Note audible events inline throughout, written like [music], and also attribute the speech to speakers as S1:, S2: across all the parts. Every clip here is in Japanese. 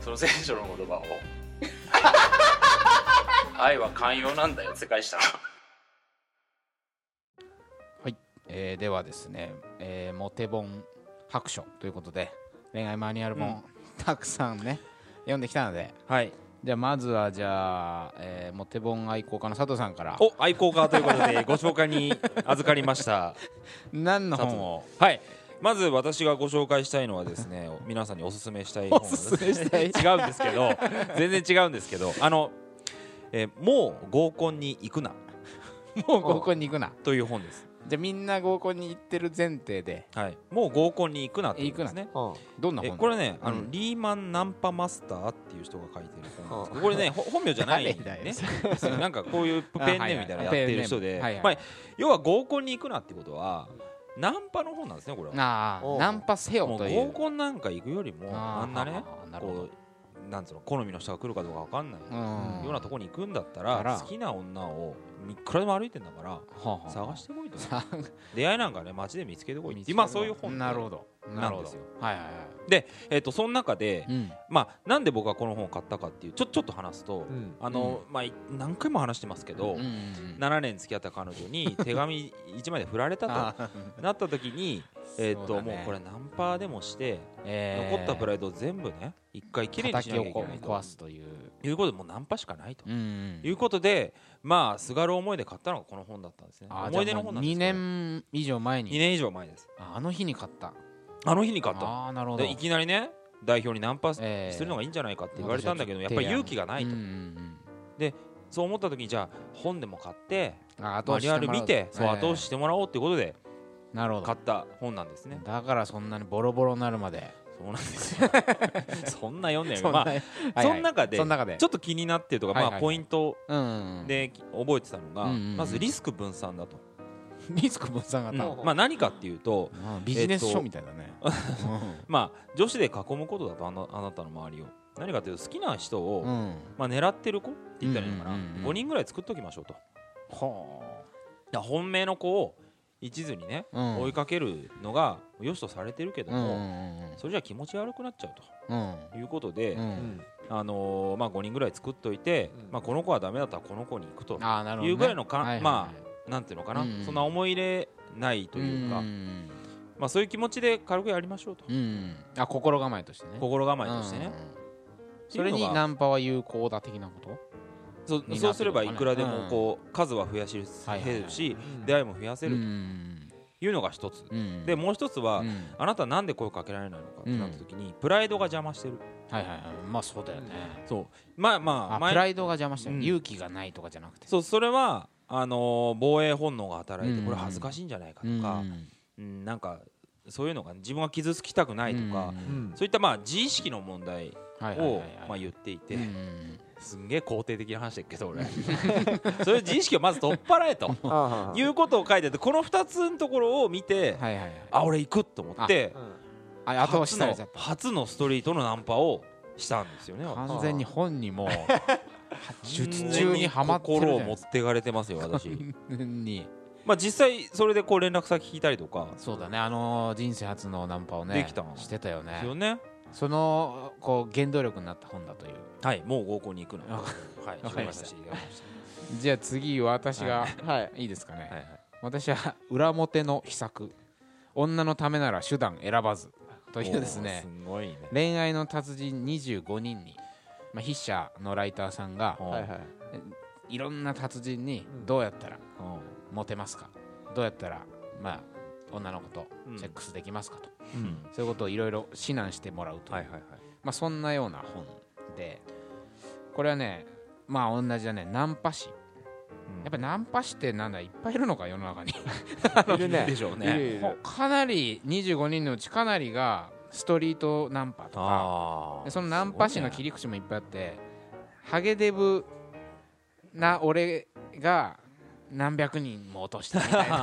S1: その聖書の言葉を愛は寛容なんだよ世界史の
S2: えーではですね、えーモテ本白書ということで恋愛マニュアル本、たくさんね読んできたので
S3: はい
S2: じゃあまずはじゃあ、えーモテ本愛好家の佐藤さんから
S3: お愛好家ということでご紹介に預かり
S1: [laughs]
S3: ました
S2: 何の
S3: 佐
S2: 本
S3: 藤
S2: を
S3: はいまず私がご紹介したいのはですね皆さんにおすすめしたい本なんです
S2: おすすめしたい
S3: [laughs] 違うんですけど全然違うんですけどあの、えーもう合コンに行くな
S2: もう合コンに行くな
S3: という本です
S2: じゃあみんな合コンに行ってる前提で
S3: はいもう合コンに行くなという本ですね
S2: どんな
S3: え
S2: 本
S3: これね、
S2: うん
S3: あのリーマンナンパマスターっていう人が書いてる
S2: [laughs]
S3: 本なんですけどこれねほ本名じゃないんで
S2: 誰だ
S3: ね
S2: よ
S3: ですよなんかこういうペンネームみたいなのやってる人で、
S2: はいはいはい
S3: まあ、要は合コンに行くなってことはナンパの本なんですねこれは
S2: なあ
S4: おう
S2: ナンパせよ
S3: もう
S2: という
S3: 合コンなんか行くよりもあんなね
S2: あーなるほ
S3: こうなんつうの好みの人が来るかどうかわかんない
S2: どうん
S3: ようなとこに行くんだった
S2: あら
S3: ら好きな女をいくらでも歩いてんだから
S2: はあはあ
S3: 探してこいと
S2: さ
S3: 出会いなんかね街で見つけてこいって今そういう本で
S2: なるほどなるほど
S3: なんですよ
S2: はいはいは
S3: えっとその中で
S2: いうん
S3: まあ、なんで僕がこの本を買ったかっていうちょちょっと話すと、
S4: うん
S3: あのまあ、い何回も話してますけど、
S2: うんうん
S3: 7年付き合った彼女に手
S2: [laughs]
S3: 紙1枚で振られたと
S2: あ
S3: なった時に、えーっ
S2: そう
S3: と
S2: だね
S3: もうこれナンパでもして、
S2: えー
S3: 残ったプライドを全部ね一回きれいにしなきゃいけない
S2: 叩きをこ壊
S3: と
S2: すという
S3: いうことでもうナンパしかないと。
S2: うんうん
S3: いうことで、まあ、すがる思いで買ったのがこの本だったんですね。
S2: あー
S3: 思い出の本なんです
S2: じゃあもう2年以上前
S3: 2
S2: に
S3: 年以上前です。
S2: ああの日に買った
S3: あの日に買ったの
S2: ああなるほど
S3: でいきなりね、代表にナンパす
S2: えー
S3: るのがいいんじゃないかって言われたんだけど、やっぱり勇気がないと
S2: うん。うん
S3: そう思った時にじゃあ本でも買って
S2: うんあ後
S3: マ
S2: 押し
S3: ニュアル見て
S2: して
S3: そう
S2: もらう
S3: 後押ししてもらおうっていうことで
S2: ええなるほ
S3: 買
S2: ど
S3: った本なんですね。
S2: だからそんなにボロボロになるまで
S3: そうなんです
S2: [laughs]
S3: よそんな読んでる [laughs] ま
S2: はい
S3: あ
S2: はい
S3: その中でち
S2: その
S3: ょ
S2: 中で
S3: っと気になってるとか
S2: はいは
S3: ま
S2: い
S3: あポイント
S2: うんうんうん
S3: でき覚えてたのが
S2: うんうんうん
S3: まずリスク分散だと。
S2: リスク分散
S3: うん
S2: 型
S4: ほうほう
S3: まあ何かっていうと
S2: うんビジネス書みたいだね
S3: まあ女子で囲むことだとあのあなたの周りを。何かというと好きな人
S2: う
S3: を
S2: んうん
S3: まあ狙ってる子って言ったらいいのか
S2: う
S3: なん
S2: うんうんうん
S3: 5人ぐらい作っときましょうと。だか
S2: は
S3: ら本命の子を一途にね
S2: あうん
S3: 追いかけるのが良しとされてるけど
S2: うんうん
S3: も。
S2: うん
S3: それじゃ気持ち悪くなっちゃう
S2: うん
S3: ということで、
S2: うん
S3: あのーまあ、5人ぐらい作っといて、
S4: うん
S3: まあ、この子はダメだったらこの子に行くと
S2: ああなるほどね
S3: いうぐらいのか
S2: はは
S3: まなんていうのかな、
S2: うんうん
S3: そんな思い入れないというか、
S2: ん
S3: まあ、そういう気持ちで軽くやりましょうと、
S2: うんうんあ心構えとしてね
S3: 心構えとして
S2: う
S3: ね
S2: ん、うんうんそれにナンパは有効だ的なこと
S3: そう
S2: になってるのかね
S3: そうすればいくらでもこう、数は増やしる
S2: はいはいはい
S3: 減るし、
S4: うん
S3: 出会いも増やせる
S2: う
S3: と
S2: ん
S3: いうのが一つ、
S2: うん
S3: でもう一つは、
S2: うん
S3: あなたなんで声かけられないのかってなった時に、プライドが邪魔してる
S2: はいはいはいまあそうだよね
S3: そうまあまあ
S2: あ
S3: 前
S2: プライドが邪魔してる
S3: うん
S2: 勇気がないとかじゃなくて
S3: そうそれはあのー防衛本能が働い
S2: うんう
S3: て
S2: ん
S3: これ恥ずかしいんじゃないかと
S2: うん
S3: か、うんなんかそういうのが自分は傷つきたくないとか、そういったまあ自意識の問題
S2: はいはいはい
S3: を
S2: はい
S3: まあ言っていて、
S2: うん
S3: すんげえ肯定的な話だけど俺 [laughs] そういう自意識をまず取っ払えと
S4: あ
S3: いうことを書いててこの2つのところを見て、
S2: はいはいはい
S3: あ俺行くと思って
S2: あ後押し
S3: 初
S2: され
S3: の
S2: ちゃった
S3: 初のストリートのナンパをしたんですよね。
S2: 完全に本
S3: [laughs]
S2: にもう術
S3: 完
S2: 中
S3: 全
S2: にはまってるじゃ
S3: 心
S2: な
S3: を
S2: い
S3: 持
S2: で
S3: っ
S2: す
S3: てかれてますよ私。
S2: かに
S3: まあ実際それでこう連絡先聞いたりとか
S2: そうだねあの人生初のナンパをね
S3: できたの
S2: してたよ
S3: で
S2: ね
S3: すよね。
S2: そのこう原動力になった本だという
S3: はい、もう合コンに行くの。
S2: あ
S3: はい、
S2: わかりました
S3: 紹介させていただきまし
S2: じゃあ次私が
S4: はい
S2: いいですかね
S3: たはいはい
S2: 私は裏表の秘策女のためなら手段選ばずというですね
S3: おーすごいね。
S2: 恋愛の達人25人に、まあ、筆者のライターさんが
S3: おー
S4: はいはい
S2: いろんな達人に
S4: うん
S2: どうやったら
S3: おー
S2: モテますかどうやったらまあ女の子と
S3: うん
S2: セックスできますかと、
S3: うん
S2: そういうことをいろいろ指南してもらうという、
S3: はいはいはい。
S2: まあ、そんなような本でこれはねまあ同じだねナンパ師やっぱりナンパ師ってなんだいっぱいいるのか世の中に
S4: いるね
S3: でしょう
S4: いる
S3: ね。
S4: いる
S2: かなり25人のうちかなりがストリートナンパとか
S3: あ。
S2: でそのナンパ師の切り口もいっぱいあってハゲデブな俺が何百人も落としたみたい [laughs]
S4: はい
S2: な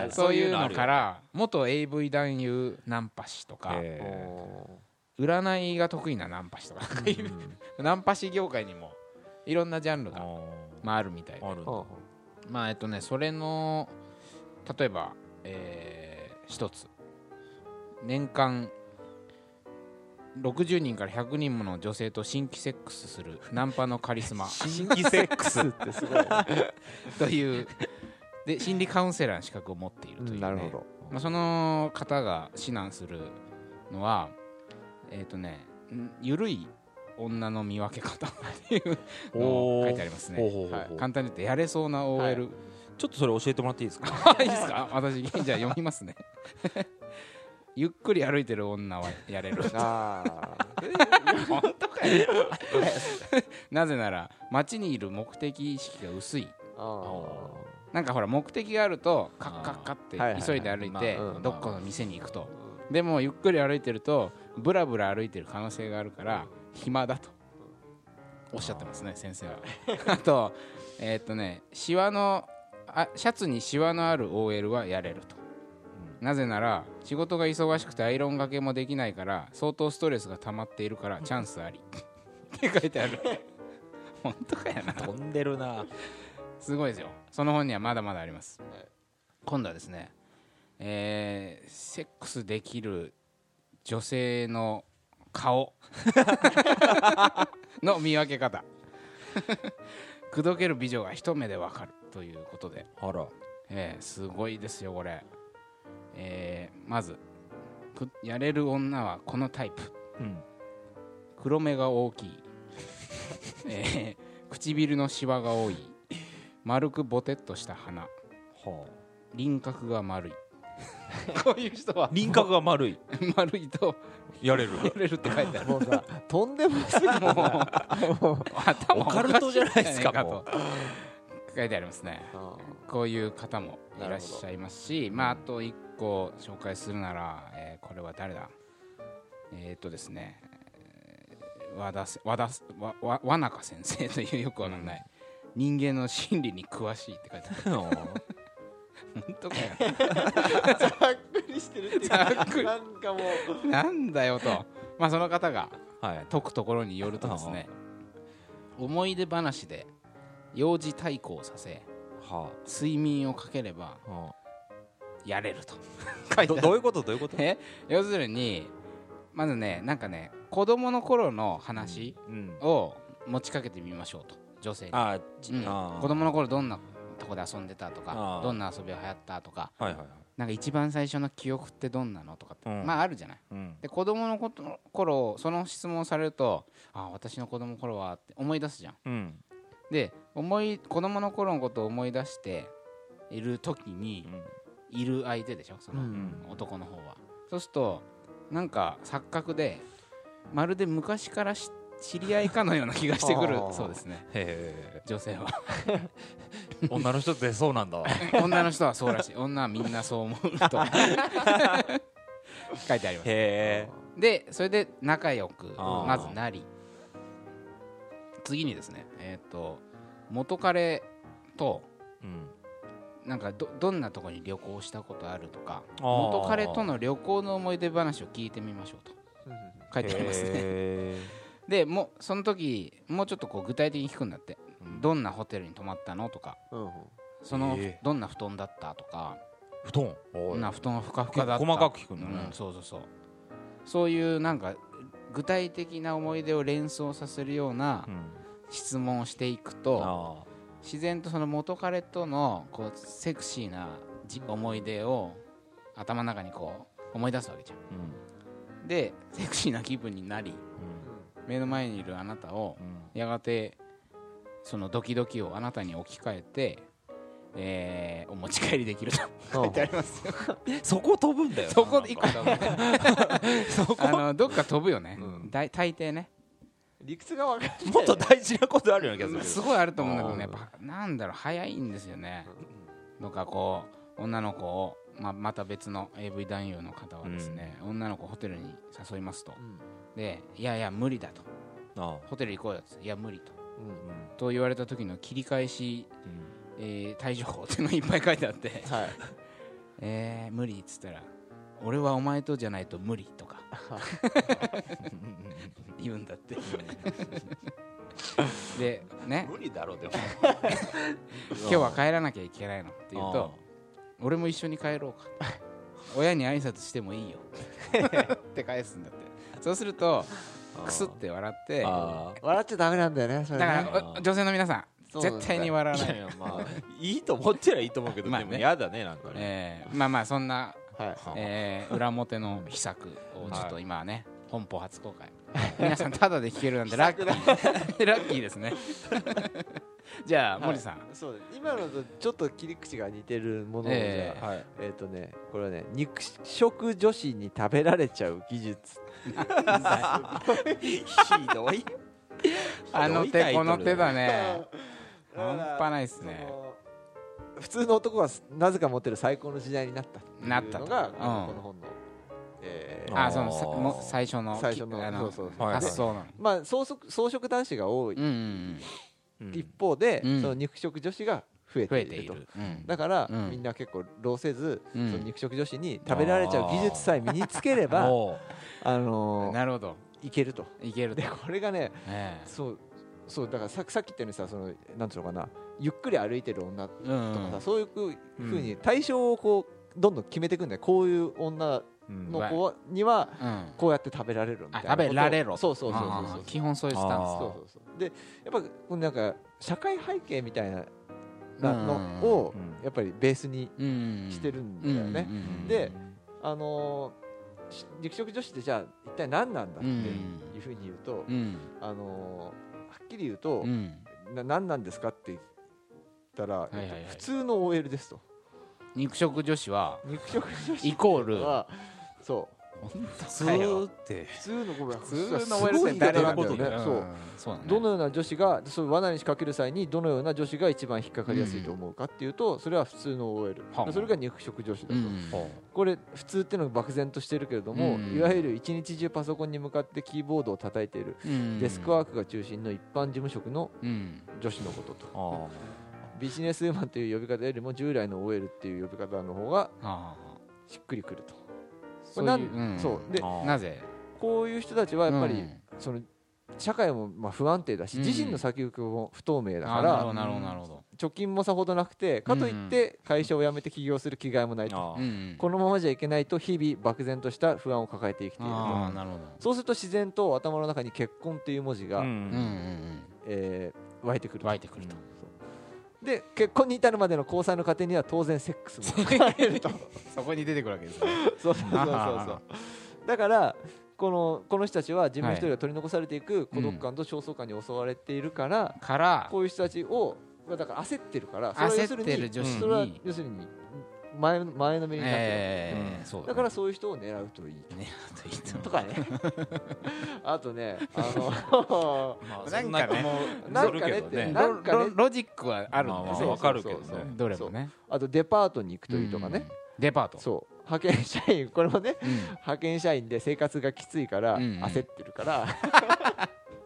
S4: はい
S2: そういうのからら元 AV 男優ナンパ師とか
S3: え
S2: 占いが得意なナンパ師とかなんかい
S3: ー
S2: う [laughs] ナンパ師業界にもいろんなジャンル
S3: あ
S2: が、
S3: ー
S2: まあ、あるみたいで
S3: あるんだ。
S2: まあえっとねそれの例えば、えー一つ年間60人から100人もの女性と新規セックスするナンパのカリス
S3: [laughs]
S2: マ
S4: 新規セックスってすごい、
S2: というで心理カウンセラーの資格を持っていると
S4: う
S2: いう、ね
S4: んなるほど
S2: まあ、その方が指南するのはえっ、とねん「ゆるい女の見分け方」っていうのを書いてありますね
S3: ほうほうほうほう
S2: はい簡単に言ってやれそうな OL、
S3: ちょっとそれ教えてもらっていいですか
S2: [laughs] い、いですか私じゃあ読みますね [laughs] ゆっくり歩いてる女はやれる [laughs]
S4: ああ
S2: 本当かよなぜなら街にいる目的意識が薄い
S4: あー
S2: なんかほら目的があるとカッカッカ
S4: はい
S2: っ
S4: はい
S2: て急いで歩いて
S4: まあうん
S2: どっかの店に行くとでもゆっくり歩いてるとブラブラ歩いてる可能性があるから暇だとおっしゃってますね先生は [laughs] あとえーっとねシワのあシャツにシワのある OL はやれるとなぜなら仕事が忙しくてアイロンがけもできないから相当ストレスが溜まっているからチャンスありって書いてあ
S4: [laughs]
S2: る本当かやな
S3: 飛んでるな
S2: すごいですよその本にはまだまだあります、今度はですねえーセックスできる女性の顔 [laughs] の見分け方 [laughs] 口説ける美女が一目でわかるということで、
S3: あら
S2: えーすごいですよこれ、えーまずくやれる女はこのタイプ
S3: うん
S2: 黒目が大きい、 [laughs] えー唇のシワが多い丸くぼてっとした鼻
S3: は
S2: 輪郭が丸い [laughs] こういう人は
S3: あ輪郭が丸い
S2: 丸いと
S3: やれる
S2: やれるって書いてある
S4: もうさとんでもすぎ
S2: もう [laughs] 頭おかしい
S3: オカルトじゃないですか
S2: んじゃ
S3: も
S2: と [laughs] 書いてありますね
S4: あ
S2: こういう方もいらっしゃいますし、まあ、あと1個紹介するなら、えーこれは誰だえー、っとですね、えー和田せ和田せわわ和中先生というよくわかんない、人間の心理に詳しいって書いてある [laughs] 本当かよ
S4: ざっくりしてるっていうか
S2: ざっくり
S4: なんかもう
S2: なんだよと、まあ、その方が
S3: はい
S2: 解くところによるとですね思い出話で幼児対抗させ
S3: は
S2: 睡眠をかければ
S3: あは
S2: やれると
S3: あどどういうことどういうこと
S2: え要するにまずねなんかね子供の頃の話
S3: うん
S2: を持ちかけてみましょうと女性に、
S3: あーじ
S2: うん
S3: あー
S2: 子供の頃どんなとこで遊んでたと
S3: あ
S2: か
S3: ー
S2: どんな遊びが流行ったとか
S3: はいはいはい
S2: なんか一番最初の記憶ってどんなのとかって、
S3: うん
S2: まああるじゃない
S3: うん
S2: で子供のこと頃その質問をされるとあー私の子供の頃はって思い出すじゃん
S3: うん
S2: で思い子供の頃のことを思い出している時にいる相手でしょその、
S4: うん
S2: 男の方はそうするとなんか錯覚でまるで昔からし知り合いかのような気がしてくる
S4: あー
S2: そうですね
S3: へ
S2: 女性は [laughs]
S3: え女の人ってそうなんだへ
S2: 女の人はそうらしい女はみんなそう思う
S4: [laughs]
S2: と書いてあります
S3: え
S2: でそれで仲良く
S3: あー
S2: まずなり次にですねえっ、と元彼と
S3: うん
S2: なんかどどんなとこに旅行したことあるとか
S3: あー
S2: 元彼との旅行の思い出話を聞いてみましょうと書いてありますね
S3: へ
S2: [laughs] でもうその時もうちょっとこう具体的に聞くんだって、
S3: うん
S2: どんなホテルに泊まったのとか
S4: うんうん
S2: その、
S3: え
S2: どんな布団だったとか
S3: え布団
S2: ど
S3: おい
S2: んな布団がふかふかだった
S3: 結構細かく聞くんだね
S2: うんそうそうそうそういうなんか具体的な思い出を連想させるような
S3: うん
S2: 質問をしていく
S3: あ
S2: と、自然とその元彼とのこうセクシーなじ思い出を頭の中にこう思い出すわけじゃ
S3: ーうん
S2: んでセクシーな気分になり目の前にいるあなたを
S3: うんうん
S2: やがてそのドキドキをあなたに置き換えて、えーお持ち帰りできると書いてありますよ
S3: そこ飛ぶんだよな
S2: そこで一個
S3: なんか
S2: 飛ぶねあのどっか飛ぶよね、大大抵ね
S4: 理屈が分かんない
S3: もっと大事なことあるような気がす
S2: す
S3: る
S2: ごいあると思うんだけどねやっぱなんだろう早いんですよねとかこう女の子を、まあ、また別の AV 男優の方はですね、女の子をホテルに誘いますと
S4: うん
S2: で「いやいや無理だ」と
S3: あ
S2: 「ホテル行こうよ」って「いや無理と」
S4: うん
S2: と言われた時の切り返し、
S3: ーうん
S2: えー対処法っていうのがいっぱい書いてあって [laughs]
S4: はい
S2: えー、無理っつったら俺はお前とじゃないと無理とか [laughs] 言うんだってでね
S1: 無理だろうでも
S2: 今日は帰らなきゃいけないのって言うと俺 [laughs] も一緒に帰ろうか親に挨拶してもいいよって返すんだってそうする
S3: あ
S2: と
S3: ー
S2: クスって笑ってだ
S3: あ
S4: 笑っちゃダメなんだよねそれ
S2: か
S4: ね
S2: らお女性の皆さん
S4: そうなんだ
S2: 絶対に笑
S3: ー
S2: わ
S3: いや
S2: ない
S4: [laughs]
S3: いやまあいいと思ってりゃいいと思うけど
S2: [laughs] まあ
S3: で
S2: ね
S3: も嫌だねなんかね
S2: えーまあまあそん
S4: [laughs]
S2: な
S4: はい
S2: えー裏表の秘策をちょっと今はね本邦初公
S4: [laughs]
S2: 開皆さんタダで聴けるなんてラッキー [laughs] ラッキーですねじゃあ
S4: はい
S2: 森さん
S4: そうです今のとちょっと切り口が似てるものをじゃあ
S2: ええ
S3: はい
S4: えっ、とねこれはね肉食女子に食べられちゃう技術
S3: ひどい
S2: あの手この手だね
S4: だ
S2: 半
S4: から
S2: 端ないっすね
S4: その普通の男はなぜか持ってる最高の時代になったっていう
S2: なったと
S4: のが
S2: うん
S4: この本の、えー
S3: あ
S2: あそのさ
S3: あー
S2: も最初のき
S4: 最初の
S2: あ
S4: そ
S2: の
S4: うそう
S3: そうはい
S2: 発想なの
S4: まあ草食草食男子が多い
S2: うんうんうん
S3: うん
S4: 一方で、
S2: うん
S4: その肉食女子が増え
S2: 増
S4: て
S2: え
S4: い
S2: て
S4: る
S2: い
S4: と。
S2: るうん
S4: だから、
S2: うん
S4: みんな結構労せず、
S2: うん
S4: その肉食女子に食べられちゃう技術さえ身につけれ
S2: [laughs]
S4: ば
S3: おー
S4: あのー
S2: なるほど
S4: いけると
S2: いけると
S4: でこれがね
S2: え
S4: そうそうだからささっき言ったようにさそのなんていうのかなゆっくり歩いてる女と
S2: えうんう
S4: かさ、
S2: ん
S4: そういうふうに対象をこうどんどん決めていくんだよこういう女
S3: うん
S4: の子には
S2: うん
S4: こうやって食べられるみた
S2: あ
S4: いな
S2: 食べられろ
S4: そうそうそうそう
S2: あ
S4: そう
S2: ー基本そういうスタン
S3: あ
S2: ス
S3: ー
S4: そうそうそうでやっぱこうなんか社会背景みたいなな
S2: うん
S4: のを
S3: うん
S4: やっぱりベースに
S2: うんうんうん
S4: してるんだ
S2: うん
S4: よ
S2: うんうん
S4: ね、
S2: うん
S4: であのーし肉食女子ってじゃあ一体何なんだっていうふうに言うと、
S2: うん
S4: あのーはっきり言うと、
S2: うん
S4: な何なんですかって言ったら、
S2: いはいはい
S4: えっと普通の OL ですと
S2: 肉食女子は
S4: 肉食女子
S2: イコール
S4: はそう
S3: ずーって
S4: 普通のごめん
S2: 普通の
S4: すごい
S2: OL って
S4: 言い方
S2: 誰
S4: な
S2: だ
S4: ん
S2: こ
S4: だ
S2: と
S4: よ
S2: だよ
S4: ねそ
S2: そう
S4: う
S2: だね
S4: どのような女子がそういう罠に仕掛ける際にどのような女子が一番引っかかりやすいと思うかっていうとそれは普通の OL
S2: はあ
S4: それが肉食女子だと、
S2: うん
S4: これ普通っていうのが漠然としてるけれども、
S2: うん
S4: いわゆる一日中パソコンに向かってキーボードを叩いている、
S2: うん
S4: デスクワークが中心の一般事務職の
S2: うん
S4: 女子のことと
S3: あー
S4: ビジネスウーマンという呼び方よりも従来の OL っていう呼び方の方が
S2: あ
S4: しっくりくると
S2: ー
S4: これなん
S2: そういううん
S4: そうで
S3: あー
S2: なぜ
S4: こういう人たちはやっぱり、
S2: うん
S4: その社会もまあ不安定だし、
S2: うん
S4: 自身の先行きも不透明だ
S2: あー
S4: か
S2: なるほ
S4: ら
S2: どなるほどなるほど
S4: 貯金もさほどなくてかといって会社を辞めて起業する気概もないと、
S3: あ
S2: うんうん
S4: このままじゃいけないと日々漠然とした不安を抱えて生きていると
S2: ああなるほど
S4: そうすると自然と頭の中に結婚っていう文字が、
S3: ーう
S2: うんうん
S3: ん
S4: えー湧いてく
S2: うん
S4: る
S2: 湧いてくると
S4: そうで結婚に至るまでの交際の過程には当然セックスも
S2: そこに出てくるわけですね
S4: そうそうそうそうそうだからこのこの人たちは自分一人が取り残されていく孤独感と焦燥感に襲われているから、
S2: から
S4: こういう人たちをまあだから焦ってるからそれは要す
S2: 焦
S4: る
S2: って
S4: に
S2: る女子
S4: それは
S2: に
S4: 要するに前前のめりになってる、
S2: ええそう
S4: だからそういう人を狙うといい
S2: ねあといいと思う
S4: とか
S2: [laughs]
S4: ねあとねあ
S2: [laughs]
S4: の
S3: まあ
S2: な
S3: そ
S2: ん
S3: ん
S2: かね
S3: な子も
S4: なん
S3: す
S4: か
S3: る
S4: ね
S3: けど
S4: って
S3: ね
S4: な
S2: ロ
S4: んかね
S2: ロロジックはあるん
S3: ま
S2: で
S3: あま
S2: す
S3: あ
S2: よ
S3: わかるけどね
S4: そうそうそう
S2: どれもね
S4: あとデパートに行くというとかね、
S2: うんデパート
S4: そう派遣社員これもね
S2: うん
S4: 派遣社員で生活がきついから
S2: うんうん
S4: 焦ってるから、
S2: [laughs]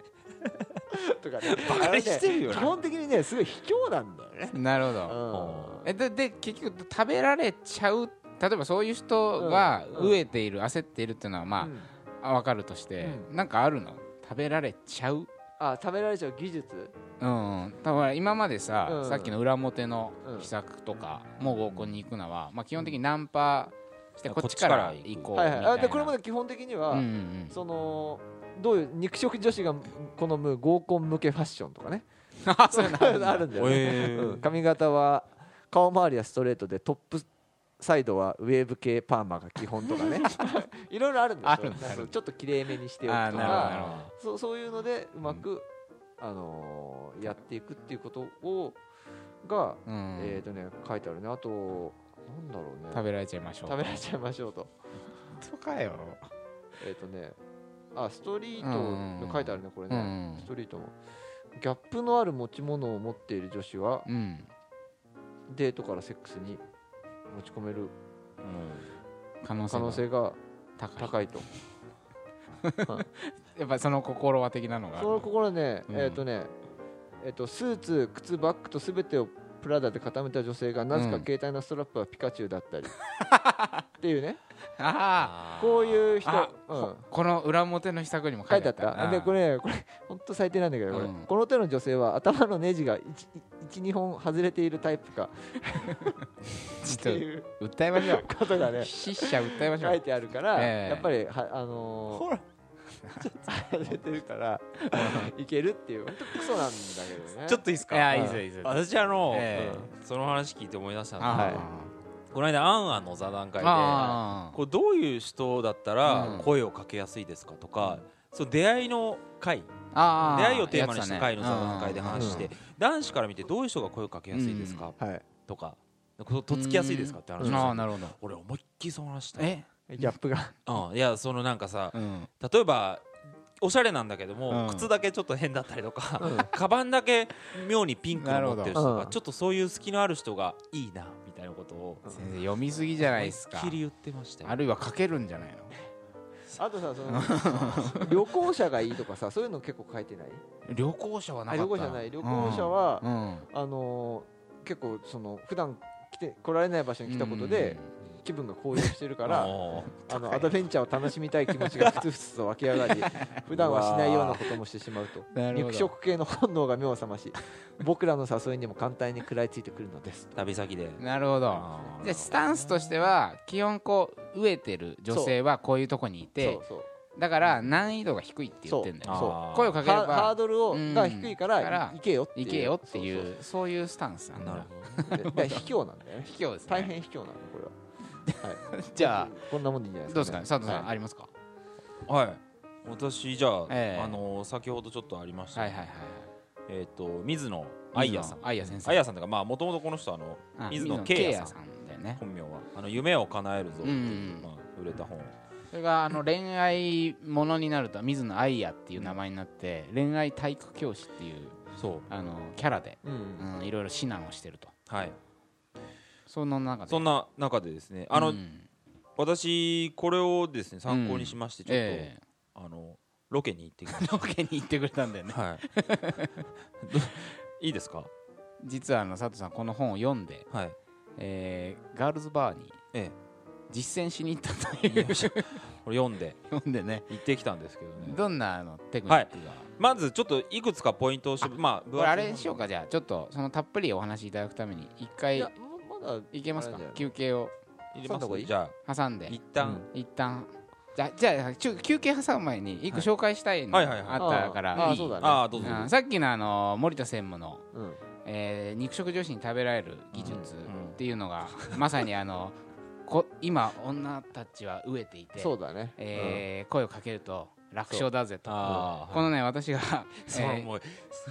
S4: とかね
S3: バカにしてるよ
S4: あ
S3: な
S4: のね基本的にねすごい卑怯なんだよね、
S2: なるほ
S4: う
S2: ど
S4: ん
S2: えでで結局食べられちゃう例えばそういう人が
S4: うんうん
S2: 飢えている、焦っているっていうのはま
S4: うん
S2: あ、分かるとして、
S4: う
S2: なんかあるの食べられちゃう
S4: あ食べられちゃう技術
S2: うん、だから今までさ、
S4: うん
S2: さっきの裏表の
S4: うん
S2: 秘策とか、もう合コンに行くのは、まあ、基本的にナンパして
S3: うん
S2: こっちか
S3: こ
S2: ら
S3: っちから行
S2: 行
S3: く
S2: こうみ
S4: は
S2: た
S4: い
S2: い
S4: は
S2: な、
S4: い、あでこれもね基本的には、
S2: うんうんうん
S4: そのどういう肉食女子が好む合コン向けファッションとかね
S2: [laughs] あそうなんだ
S4: [laughs] あるんだよね、
S3: えー
S4: うん髪型は顔周りはストレートでトップサイドはウェーブ系パーマが基本とかね [laughs] いろいろあるんですよ
S2: あるんだ
S4: なんかちょっときれいめにしてお
S2: あー
S4: くと
S2: なるほどな
S4: か
S2: るほ
S4: そうそういうのでうまく、あのーやっていくっていうことをが、
S2: ど、うん
S4: えっ、とね書いてあるねあとなんだろうね
S2: 食べられちゃいましょう
S4: 食べられちゃいましょうと。
S2: とかよ、
S4: えっ、とね、あ、ストリートの書いてあるね、これ
S2: う
S4: ね、
S2: ん
S4: ストリートも。ギャップのある持ち物を持っている女子は、
S2: うん、
S4: デートからセックスに持ち込める
S2: 可能性
S4: 可能
S2: が
S4: 性が
S2: 高い
S4: 高いと。
S2: やっぱその心は的なのがある
S4: その心ね、
S2: うん
S4: えっ、とね、えっ、と、スーツ、靴、バッグとすべてをプラダで固めた女性が、なぜか
S2: うん
S4: 携帯のストラップはピカチュウだったり。ってい
S2: [laughs]
S4: うね、
S2: あ
S4: こういう人
S2: あ、
S4: うん。
S2: あこの裏表の秘策にも
S4: 書
S2: 書
S4: い
S2: い
S4: て
S2: て
S4: あ
S2: あ
S4: っ
S2: ったた
S4: でこれこれ本当最低なんだけどこれ、
S2: うん
S4: この手の女性は頭のネジが12本外れているタイプか
S2: ち
S4: って
S2: ょ
S4: いう
S2: っと [laughs] 訴えましょう
S4: ことがね
S2: 筆者訴えましょ
S4: 書いうてあるから、
S2: ええ
S4: やっぱりはあのー
S3: ほら
S4: されてるからいけるっていう本当クソなんだけどね
S3: ちょっといいです
S2: い
S3: か
S2: やいいですよいいですよ
S3: 私あの、
S2: え
S3: その話聞いて思い出したん
S2: あ
S3: で
S4: はい
S3: すこの間「あんあん」の座談会で
S2: あ
S3: こうどういう人だった
S2: う
S3: ら
S2: ん
S3: 声をかけやすいですかとか、その出会いの会
S2: あ
S3: 出会いをテーマにした会の座談会で話して、男子から見てどういう人が声をかけやすいですか、
S4: はい
S3: とかととっつきやすいですかって話をした
S2: ああ
S3: の
S2: なるほど
S3: 俺思いっきりその話した
S2: え
S4: ギャップが
S3: うん、いやそのなんかさ
S2: うん
S3: 例えばおしゃれなんだけども、
S2: うん
S3: 靴だけちょっと変だったりとか、
S4: うん
S3: カバンだけ妙にピンクの持ってる人と
S4: なるほ
S3: か、
S4: ど
S3: ちょっとそういう隙のある人がいいなみたいなことを
S2: 先生読みすぎじゃないですか
S3: 思いっきり言ってましたよ
S2: あるいは書けるんじゃないの
S4: あとさその [laughs] 旅行者がいいとかさそういうの結構書いてない
S2: 旅行者はな
S4: あ
S2: かった
S4: 旅行者ない旅行者は、
S2: うん
S4: あのー結構その普段来て来られない場所に来たことで気分が高揚してるから
S3: おー
S4: あのアドベンチャーを楽しみたい気持ちがふつふつと湧き上が
S2: [laughs]
S4: り普段はしないようなこともしてしまうと
S2: なるほ
S4: 肉
S2: ど
S4: 食系の本能が目を覚まし僕らの誘いにも簡単に食らいついてくるのです
S3: 旅先で
S2: なるほど
S3: あー
S2: じゃあスタンスとしては基本こう飢えてる女性はこういうとこにいて
S4: そうそう
S2: だから難易度が低いって言ってんだ
S4: あ
S2: よ
S4: そう
S3: あー
S2: 声をかけれ
S4: ハハー
S2: ば
S4: ドルを
S2: うん
S4: が低いか
S2: だから
S4: ら行けよっていう
S2: 行けよってい
S4: そう
S2: そういうスタンスなん
S3: なる
S2: だ
S3: ほ
S4: うそうだから卑怯なんだよね
S2: 卑怯ですね
S4: 大変卑怯なんだこれは
S2: じゃ
S4: こんなもんでいいんじゃ
S2: あ
S4: ない
S2: どう
S4: で
S2: ですすか
S4: かね
S2: ね佐藤さん
S4: はい
S2: ありますか
S3: どはい私じゃあ、
S2: ええ
S3: あの先ほどちょっとありました
S2: は
S3: け
S2: い
S3: ど、
S2: はいはい
S3: えっ、と水野愛也さん
S2: アイヤ先生
S3: 愛也さんというかまあもともとこの人あの
S2: あ
S3: 水野圭也さん
S2: 圭也さんだよね
S3: 本名は「あの夢を叶えるぞ」っていう、
S2: うん
S3: まあ、売れた本
S2: それがあの恋愛ものになると水野愛也っていう名前になって恋愛体育教師っていう
S3: そう
S2: あのキャラで、
S4: うん
S2: うん、いろいろ指南をしてると
S3: はい
S2: その中で
S3: そんな中でですねあの、
S2: うん
S3: 私これをですね参考にしましてちょっと、
S2: え
S3: あのロケに行ってきま
S2: えロケに行ってくれたんだよ [laughs] ね
S3: した、はいいいですか
S2: 実はあの佐藤さんこの本を読んで、
S3: はい
S2: えーガールズバーに
S3: え
S2: 実践しに行ったと
S3: え
S2: いう
S3: これ読んで
S2: 読んで [laughs] ね
S3: 行ってきたんですけどね
S2: どんなあのテクニックが、
S3: まずちょっといくつかポイントをしまあ
S2: これあれにしようかじゃあちょっとそのたっぷりお話しいただくために一
S4: い
S2: 回
S4: やまだ
S2: いけます
S4: あ
S2: か
S4: れじゃない
S2: 休憩を
S3: 入れます
S4: 挟んだ方がいい
S3: じゃ
S2: 挟んで
S3: あ一旦、
S2: 一旦じゃあじゃあちょ休憩挟む前に一個
S3: はい
S2: 紹介したいの
S3: はいはいはい
S2: あったからいい
S4: ああそうだね
S3: ああどうぞどうぞ
S2: うんさっきのあの森田専務の、
S4: うん
S2: えー肉食女子に食べられる技術
S3: ん
S2: っていうのが、まさにあのこ今女たちは飢えていて、
S4: そうだね
S2: えー声をかけると楽勝だぜと
S3: ああ
S2: このね私が、え
S3: その
S2: ー
S3: もう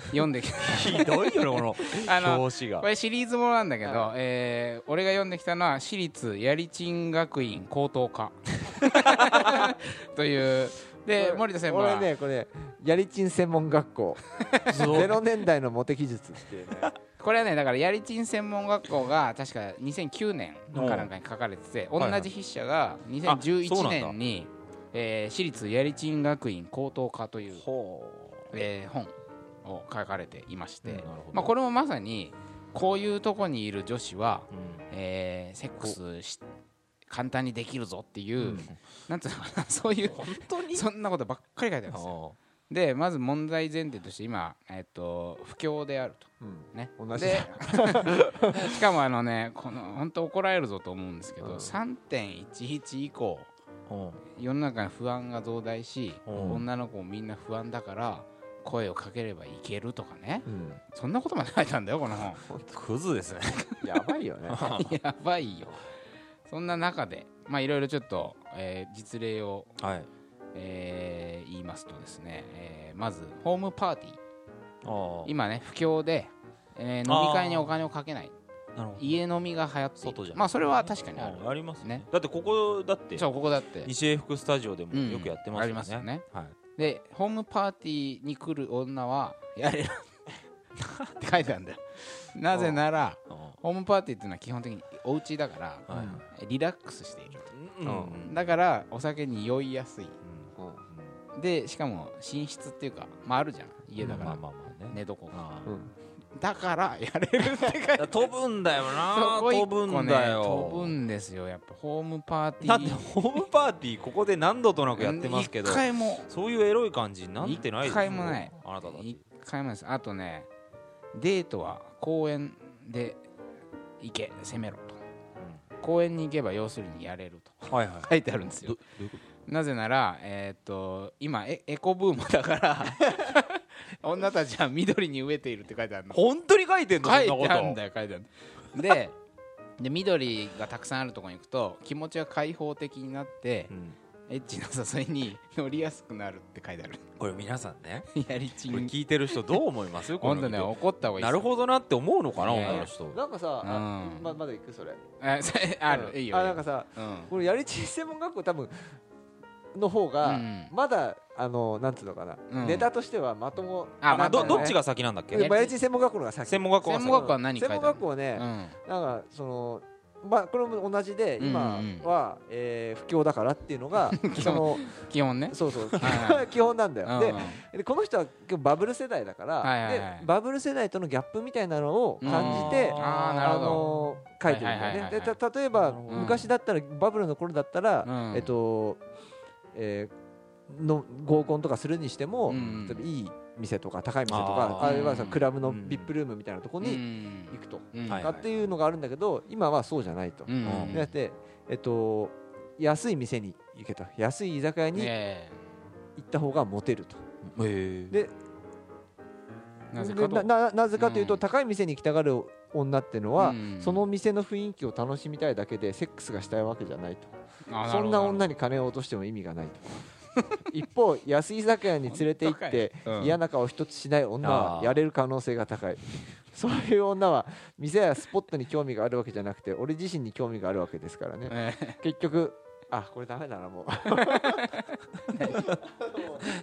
S2: 読んでき
S3: ひどいよね
S2: た [laughs] あ
S3: この
S2: の
S3: 表紙が
S2: これシリーズものなんだけど、えー俺が読んできたのは私立やりちん学院高等科というで
S4: 俺
S2: 森田専務
S4: 俺
S2: は、
S4: ねこれやりちん専門学校ゼロ年代のモテ技術っていうね
S2: これはねだからやりちん専門学校が確か2009年かなんかに書かれてて
S3: うん
S2: 同じ筆者が
S3: あそう
S2: 2011
S3: なんだ
S2: 年に、えー私立やりちん学院高等科という、
S3: ほ
S2: えー本を書かれていまして、
S3: うんなるほど
S2: まあ、これもまさにこういうとこにいる女子は
S3: う、うん
S2: えーセックスし簡単にできるぞっていう、なんていうのかな [laughs] そういう
S3: 本当に
S2: そんなことばっかり書いてあるんですよ
S3: あ
S2: でまず問題前提として今、えっと不況であるとね
S4: 同じ
S2: で [laughs] しかもあのねこの本当怒られるぞと思うんですけど、
S4: うん
S2: 3.11以降
S3: あうん
S2: 世の中に不安が増大し、
S3: うん
S2: 女の子もみんな不安だから声をかければいけるとかね
S4: うん
S2: そんなことまで書いたんだよこの本
S3: クズですね
S4: やばいよ
S2: [laughs]
S4: ね
S2: やばいよそんな中でまあいろいろちょっと、えー実例を
S3: はい
S2: えー言いますとですね、えーまずホームパーティー
S3: あ
S2: 今ね不況で、えー飲み会にお金をかけない
S3: なるほど
S2: 家飲みが流行ってい
S3: 外じゃなく
S2: る
S3: て
S2: まあそれは確かにある
S3: あありますね
S2: ね
S3: だってここだって
S2: そうここだって
S3: 西英福スタジオでもよくやってますよね、
S2: うんありますよね
S3: はい
S2: でホームパーティーに来る女は
S3: [laughs]
S2: やれるって書いてあるんだよなぜなら
S3: あ
S2: ホームパーティーっていうのは基本的にお家だから
S3: あはい
S2: リラックスしている
S3: うんうん
S2: だからお酒に酔いやすい
S4: うんうん
S2: でしかも寝室っていうかまああるじゃん家だか
S3: まあ
S2: ら
S3: まあまあね
S2: 寝床が
S3: あ
S2: だからやれるって書いてある
S3: あ [laughs] だ飛ぶんだよな
S2: [laughs] そこ一
S3: 飛
S2: 個ね
S3: ぶんだよ
S2: 飛ぶんですよやっぱホームパーティー
S3: だってホームパーティーここで何度となくやってますけど
S2: 一回も
S3: そういうエロい感じになってないで
S2: 一
S3: すよ
S2: 回もない
S3: あなただって
S2: 一回もないですあとねデートは公園で行け攻めろと、公園に行けば要するにやれると
S3: はいはい
S2: 書いてあるんです
S3: ど
S2: よ
S3: どういうこ
S2: なぜなら、えーっと今エエコブームだから [laughs] 女たちは緑に飢えているって書いてあるの
S3: 本当に書いてんのそんな
S2: 書い
S3: こ
S2: てあるん
S3: と
S2: だよ書いてあるのでで緑がたくさんあるところに行くと気持ちが開放的になって、
S3: うん
S2: エッチな誘いに乗りやすくなるって書いて
S3: [laughs]
S2: ある
S3: これ皆さんね
S2: やりち
S3: これ
S2: ん
S3: 聞いてる人どう思い
S2: [laughs]
S3: ますこ
S2: 今
S3: れ
S2: 度
S3: 見
S2: ね
S3: て
S2: 怒った方がいいっ
S3: な
S2: す [laughs]
S3: るほどなって思うのかな
S2: ね
S3: 女の人
S4: なんかさ、あ
S2: うん
S4: ままだ行くそれ
S2: あそれあ
S4: うん
S2: るいいよ
S4: あなんかさ
S2: うん
S4: これやりちん専門学校多分の方
S2: う
S4: が
S2: ん
S4: まだあのなんつうのかな、
S2: うん
S4: ネタとしてはまとも
S2: あま
S3: あ
S2: あ
S3: ど
S2: ね
S3: どっちが先なんだっ
S4: え
S3: け
S4: まあやりちん専門学校の方が先
S3: 専門学校が
S2: 専
S3: 先
S2: 門学校は何書いてある
S4: 専門学校はね、
S2: うん
S4: なんかそのまあこれも同じで
S2: うんうん
S4: 今は、えー不況だからっていう
S2: [laughs]
S4: のが
S2: 況
S4: その
S2: 基本ね
S4: そうそう
S2: はいは
S4: [laughs] 基本なんだ
S2: う
S4: よ、
S2: ん
S4: ででこの人はバブル世代だから、
S2: はいはいはい
S4: でバブル世代とのギャップみたいなのを感じて
S3: うん
S2: ああなる
S4: あ
S2: ほど
S4: のー書いてるんだ
S2: はいはい
S4: よ
S2: は
S4: ね
S2: いは
S4: で
S2: い
S4: た例えば
S3: うん
S4: 昔だったらバブルの頃だったら、
S2: うん
S4: えっとえーの合コンとかするにしても、
S2: うん
S4: 例えばいい店とか高い店とか
S3: あ
S4: あ
S2: ー
S4: るいはさ
S2: うん
S4: クラブ
S3: う
S4: の
S3: ん
S4: ビップルームみたいなところ
S2: う
S4: に
S2: ん
S4: 行くと、
S2: うん
S3: はい
S4: かっていうのがあるんだけど今はそうじゃないと。
S2: うん
S3: うん
S4: だって、えっと、安い店に行けと安い居酒屋に行
S2: ね
S4: った方がモテると。
S3: へ
S4: で
S2: えなぜ
S4: で
S2: かと
S4: なななぜかというと、
S2: うん
S4: 高い店に行きたがる女ってのは、
S2: うん
S4: その店の雰囲気を楽しみたいだけでセックスがしたいわけじゃないと
S2: あ
S4: そんな女
S2: る
S4: に金を落としても意味がないと [laughs] 一方安い居酒屋に連れて行って
S2: ほどなるほどうん
S4: 嫌な顔一つしない女は
S3: あー
S4: やれる可能性が高いそういう女は店やスポットに興味があるわけじゃなくて俺自身に興味があるわけですからね
S2: え
S4: 結局あこれダメだ
S2: [laughs]
S4: なもうもう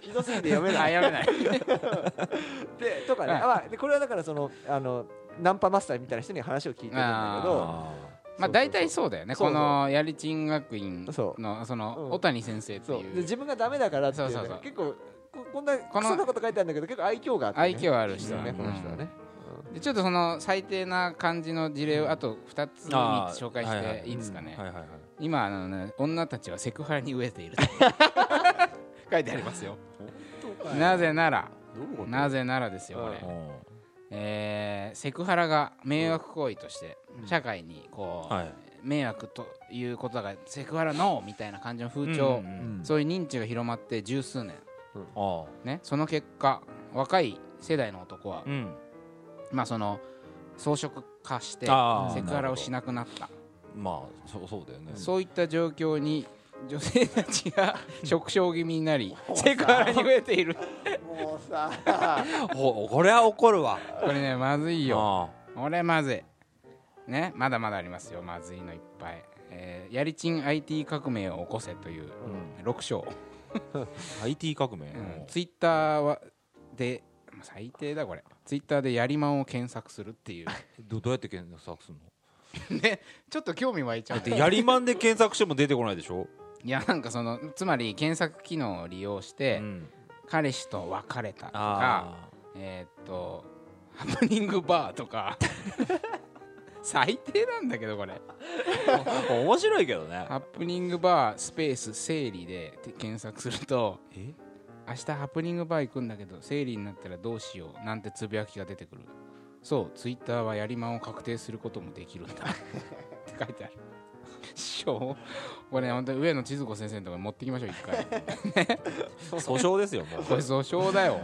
S4: ひどすぎて読め
S2: え
S4: ない
S2: [laughs] あや
S4: [laughs]
S2: めない
S4: で [laughs] とかね、
S2: はい
S4: あまあ、でこれはだからそのあのナンパマスターみたいな人に話を聞いてるんだけど
S3: あ
S2: まあ大体そうだよね
S4: そう
S2: こ
S4: そう
S2: のやりちん学院
S4: そ
S2: のそ
S4: うん
S2: の小谷先生って
S4: そうで
S2: いう
S4: 自分がダメだからっていう,、ね、
S2: そうそうそう
S4: 結構ここんな
S2: こ
S4: こ
S2: の
S4: そんなこと書いてあるんだけど結構愛嬌があって、ね、
S2: 愛嬌ある
S4: いい
S2: 人
S4: よ
S2: だ
S4: ねこの人は
S2: うん
S4: ね、
S2: でちょっとその最低な感じの事例をあと2つ3つ紹介
S3: あーはい
S2: し
S3: は
S2: て
S3: い
S2: いいですかね、
S3: ーはいはいはい
S2: 今あの、ね、女たちはセクハラに飢えて
S3: [laughs]
S2: いる書いてありますよなぜならなぜならですよこれ
S4: う、
S2: えーセクハラが迷惑行為として社会にこう、
S3: はい
S2: 迷惑ということだからセクハラノーみたいな感じの風潮、
S3: うんうんうん
S2: そういう認知が広まって十数年、
S3: あ
S2: ね、その結果若い世代の男は
S3: あ、うん
S2: まあその装飾化して
S3: あー
S2: セクハラをしなくなった
S3: まあそうそうだよね
S2: そういった状況に女性たちが食傷気味にな [laughs] りセクハラに増えて [laughs] いる
S4: うんもうさ
S3: ほこれは怒るわ
S2: これねまずいよ
S3: あ
S2: これまずいねまだまだありますよまずいのいっぱい、えーやりちん IT 革命を起こせという6章、
S3: あ IT 革命
S2: うんツイッターはで最低だこれツイッターでやりまんを検索するっていう
S3: どどうやって検索するの
S2: [laughs] ねちょっと興味湧いちゃう
S3: でやりまんで検索しても出てこないでしょ
S2: いやなんかそのつまり検索機能を利用して、
S3: うん
S2: 彼氏と別れたとか
S3: あー
S2: えーっとハプニングバーとか [laughs] 最低なんだけどこれ
S3: [laughs] 面白いけどね
S2: ハプニングバースペース生理でって検索すると
S3: え
S2: 明日ハプニングバー行くんだけど生理になったらどうしようなんてつぶやきが出てくるそうツイッターはやりまんを確定することもできるんだ [laughs] って書いてあるしょうこれね本当に上野千鶴子先生のとこに持ってきましょう一回
S3: 訴訟ですよもう
S2: これ訴訟だよ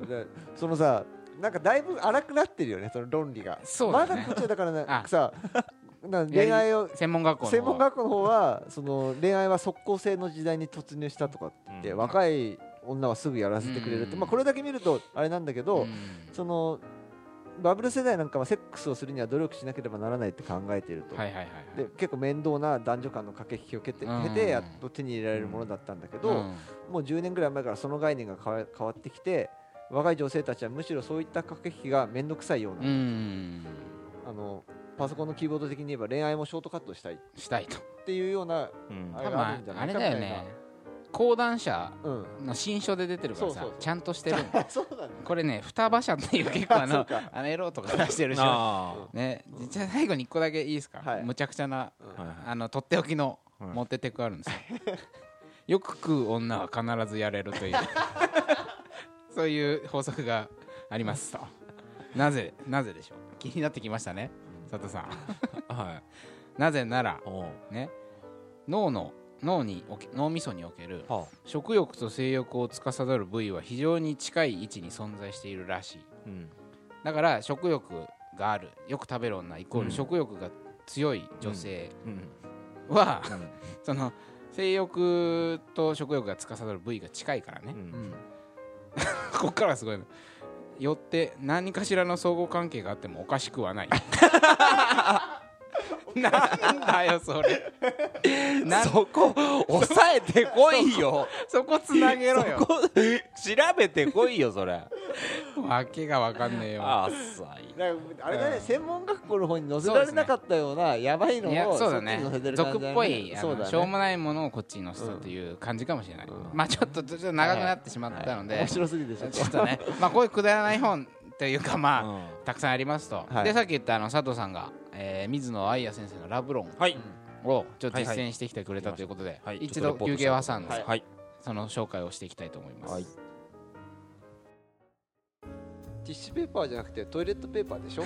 S2: 本
S4: でそのさなんかだいぶ荒くなってるよねその論理が
S2: そうだね
S4: まだこっちはだからね
S2: あ
S4: さなんか恋愛を
S2: 当専門学校の
S4: 専門学校の方はその恋愛は即効性の時代に突入したとかって言って、
S3: うん
S4: 若い女はすぐやらせてくれるって、
S2: うん
S4: まあ、これだけ見るとあれなんだけど、
S2: うん
S4: そのバブル世代なんかはセックスをするには努力しなければならないって考えていると、
S2: はいはいはいはい
S4: で経構面倒な男女間の駆け引きを経て,、
S2: うん
S4: 経てやっと手に入れられるものだったんだけど、
S2: うん
S4: もう10年ぐらい前からその概念が変わ変わってきて若い女性たちはむしろそういった駆け引きが面倒くさいよう
S2: う
S4: な、
S2: ん
S4: あのパソコンのキーボード的に言えば恋愛もショートカットしたいっ
S2: したいと
S4: ていうような
S3: うん
S4: あ
S2: 多
S4: れ
S2: 分
S4: があ
S2: あ
S4: るんじゃな
S2: あ
S4: い
S2: れ
S4: か
S2: だよ
S4: みたい
S2: ね講談社
S4: うん
S2: の新書で出てるから
S4: そう
S2: さ
S4: そうそう
S2: ちゃんとしてるの
S4: [laughs] そうなんだ
S2: これね双葉社っていう結構あ
S4: [laughs] そう
S2: の
S4: か
S2: あのエロとか出してる書
S3: あ
S2: ねじゃあ最後に一個だけいいですか
S4: はい
S2: むちゃくちゃな
S3: ーはいはい
S2: あのとっておきの
S3: はい
S2: 持ってってくあるんですよよく食う女は必ずやれるという
S4: [laughs]
S2: そういう法則がありますとなぜなぜでしょう気になってきましたね佐藤さん
S3: はい
S2: なぜなら
S3: おう
S2: ね脳の脳におけ脳みそにおける
S3: は
S2: 食欲と性欲を司る部位は非常に近い位置に存在しているらしい
S3: うん
S2: だから食欲があるよく食べる女イコー
S3: うん
S2: ル食欲が強い女性
S3: うん
S2: は、
S3: うん
S2: [laughs] その性欲と食欲が司る部位が近いからね、
S3: うん
S2: うん [laughs] こっからはすごいのよって何かしらの相互関係があってもおかしく
S3: [laughs]
S2: はない [laughs] なんだよそれなんそ
S3: そこ抑えてこいよ
S2: こつなげろ
S3: そ
S2: よ
S3: こ調べてこいよそれ
S2: わけがわかんねえよ
S3: あっさい
S4: なんかあれだね、
S2: うん
S4: 専門学校の方に載せられなかったようなやばいの
S2: いや
S4: を
S2: そうだね
S4: そっちに載せてる感じ
S2: 俗
S4: だ
S2: っ
S4: ね
S2: ぽいあ
S4: そ
S2: の
S4: うだね
S2: しょうもないものをこっちに載せたっていう感じかもしれない、まあちょっとちょっと長くなってしまったので、
S4: 面白すぎてちょっと
S2: ちょっとねまあこういうくだらない本というかまあ、
S3: うん
S2: たくさんありますと、
S4: はい
S2: でさっき言ったあの佐藤さんが、えー水野愛也先生の「ラブロン
S3: はい」
S2: をちょっと実践してきてくれたということで、
S3: はい
S2: 一度休憩を挟んで、
S4: はい
S3: はい
S2: その紹介をしていきたいと思います、
S3: はい
S4: ティッシュペーパーじゃなくてトイレットペーパーでしょ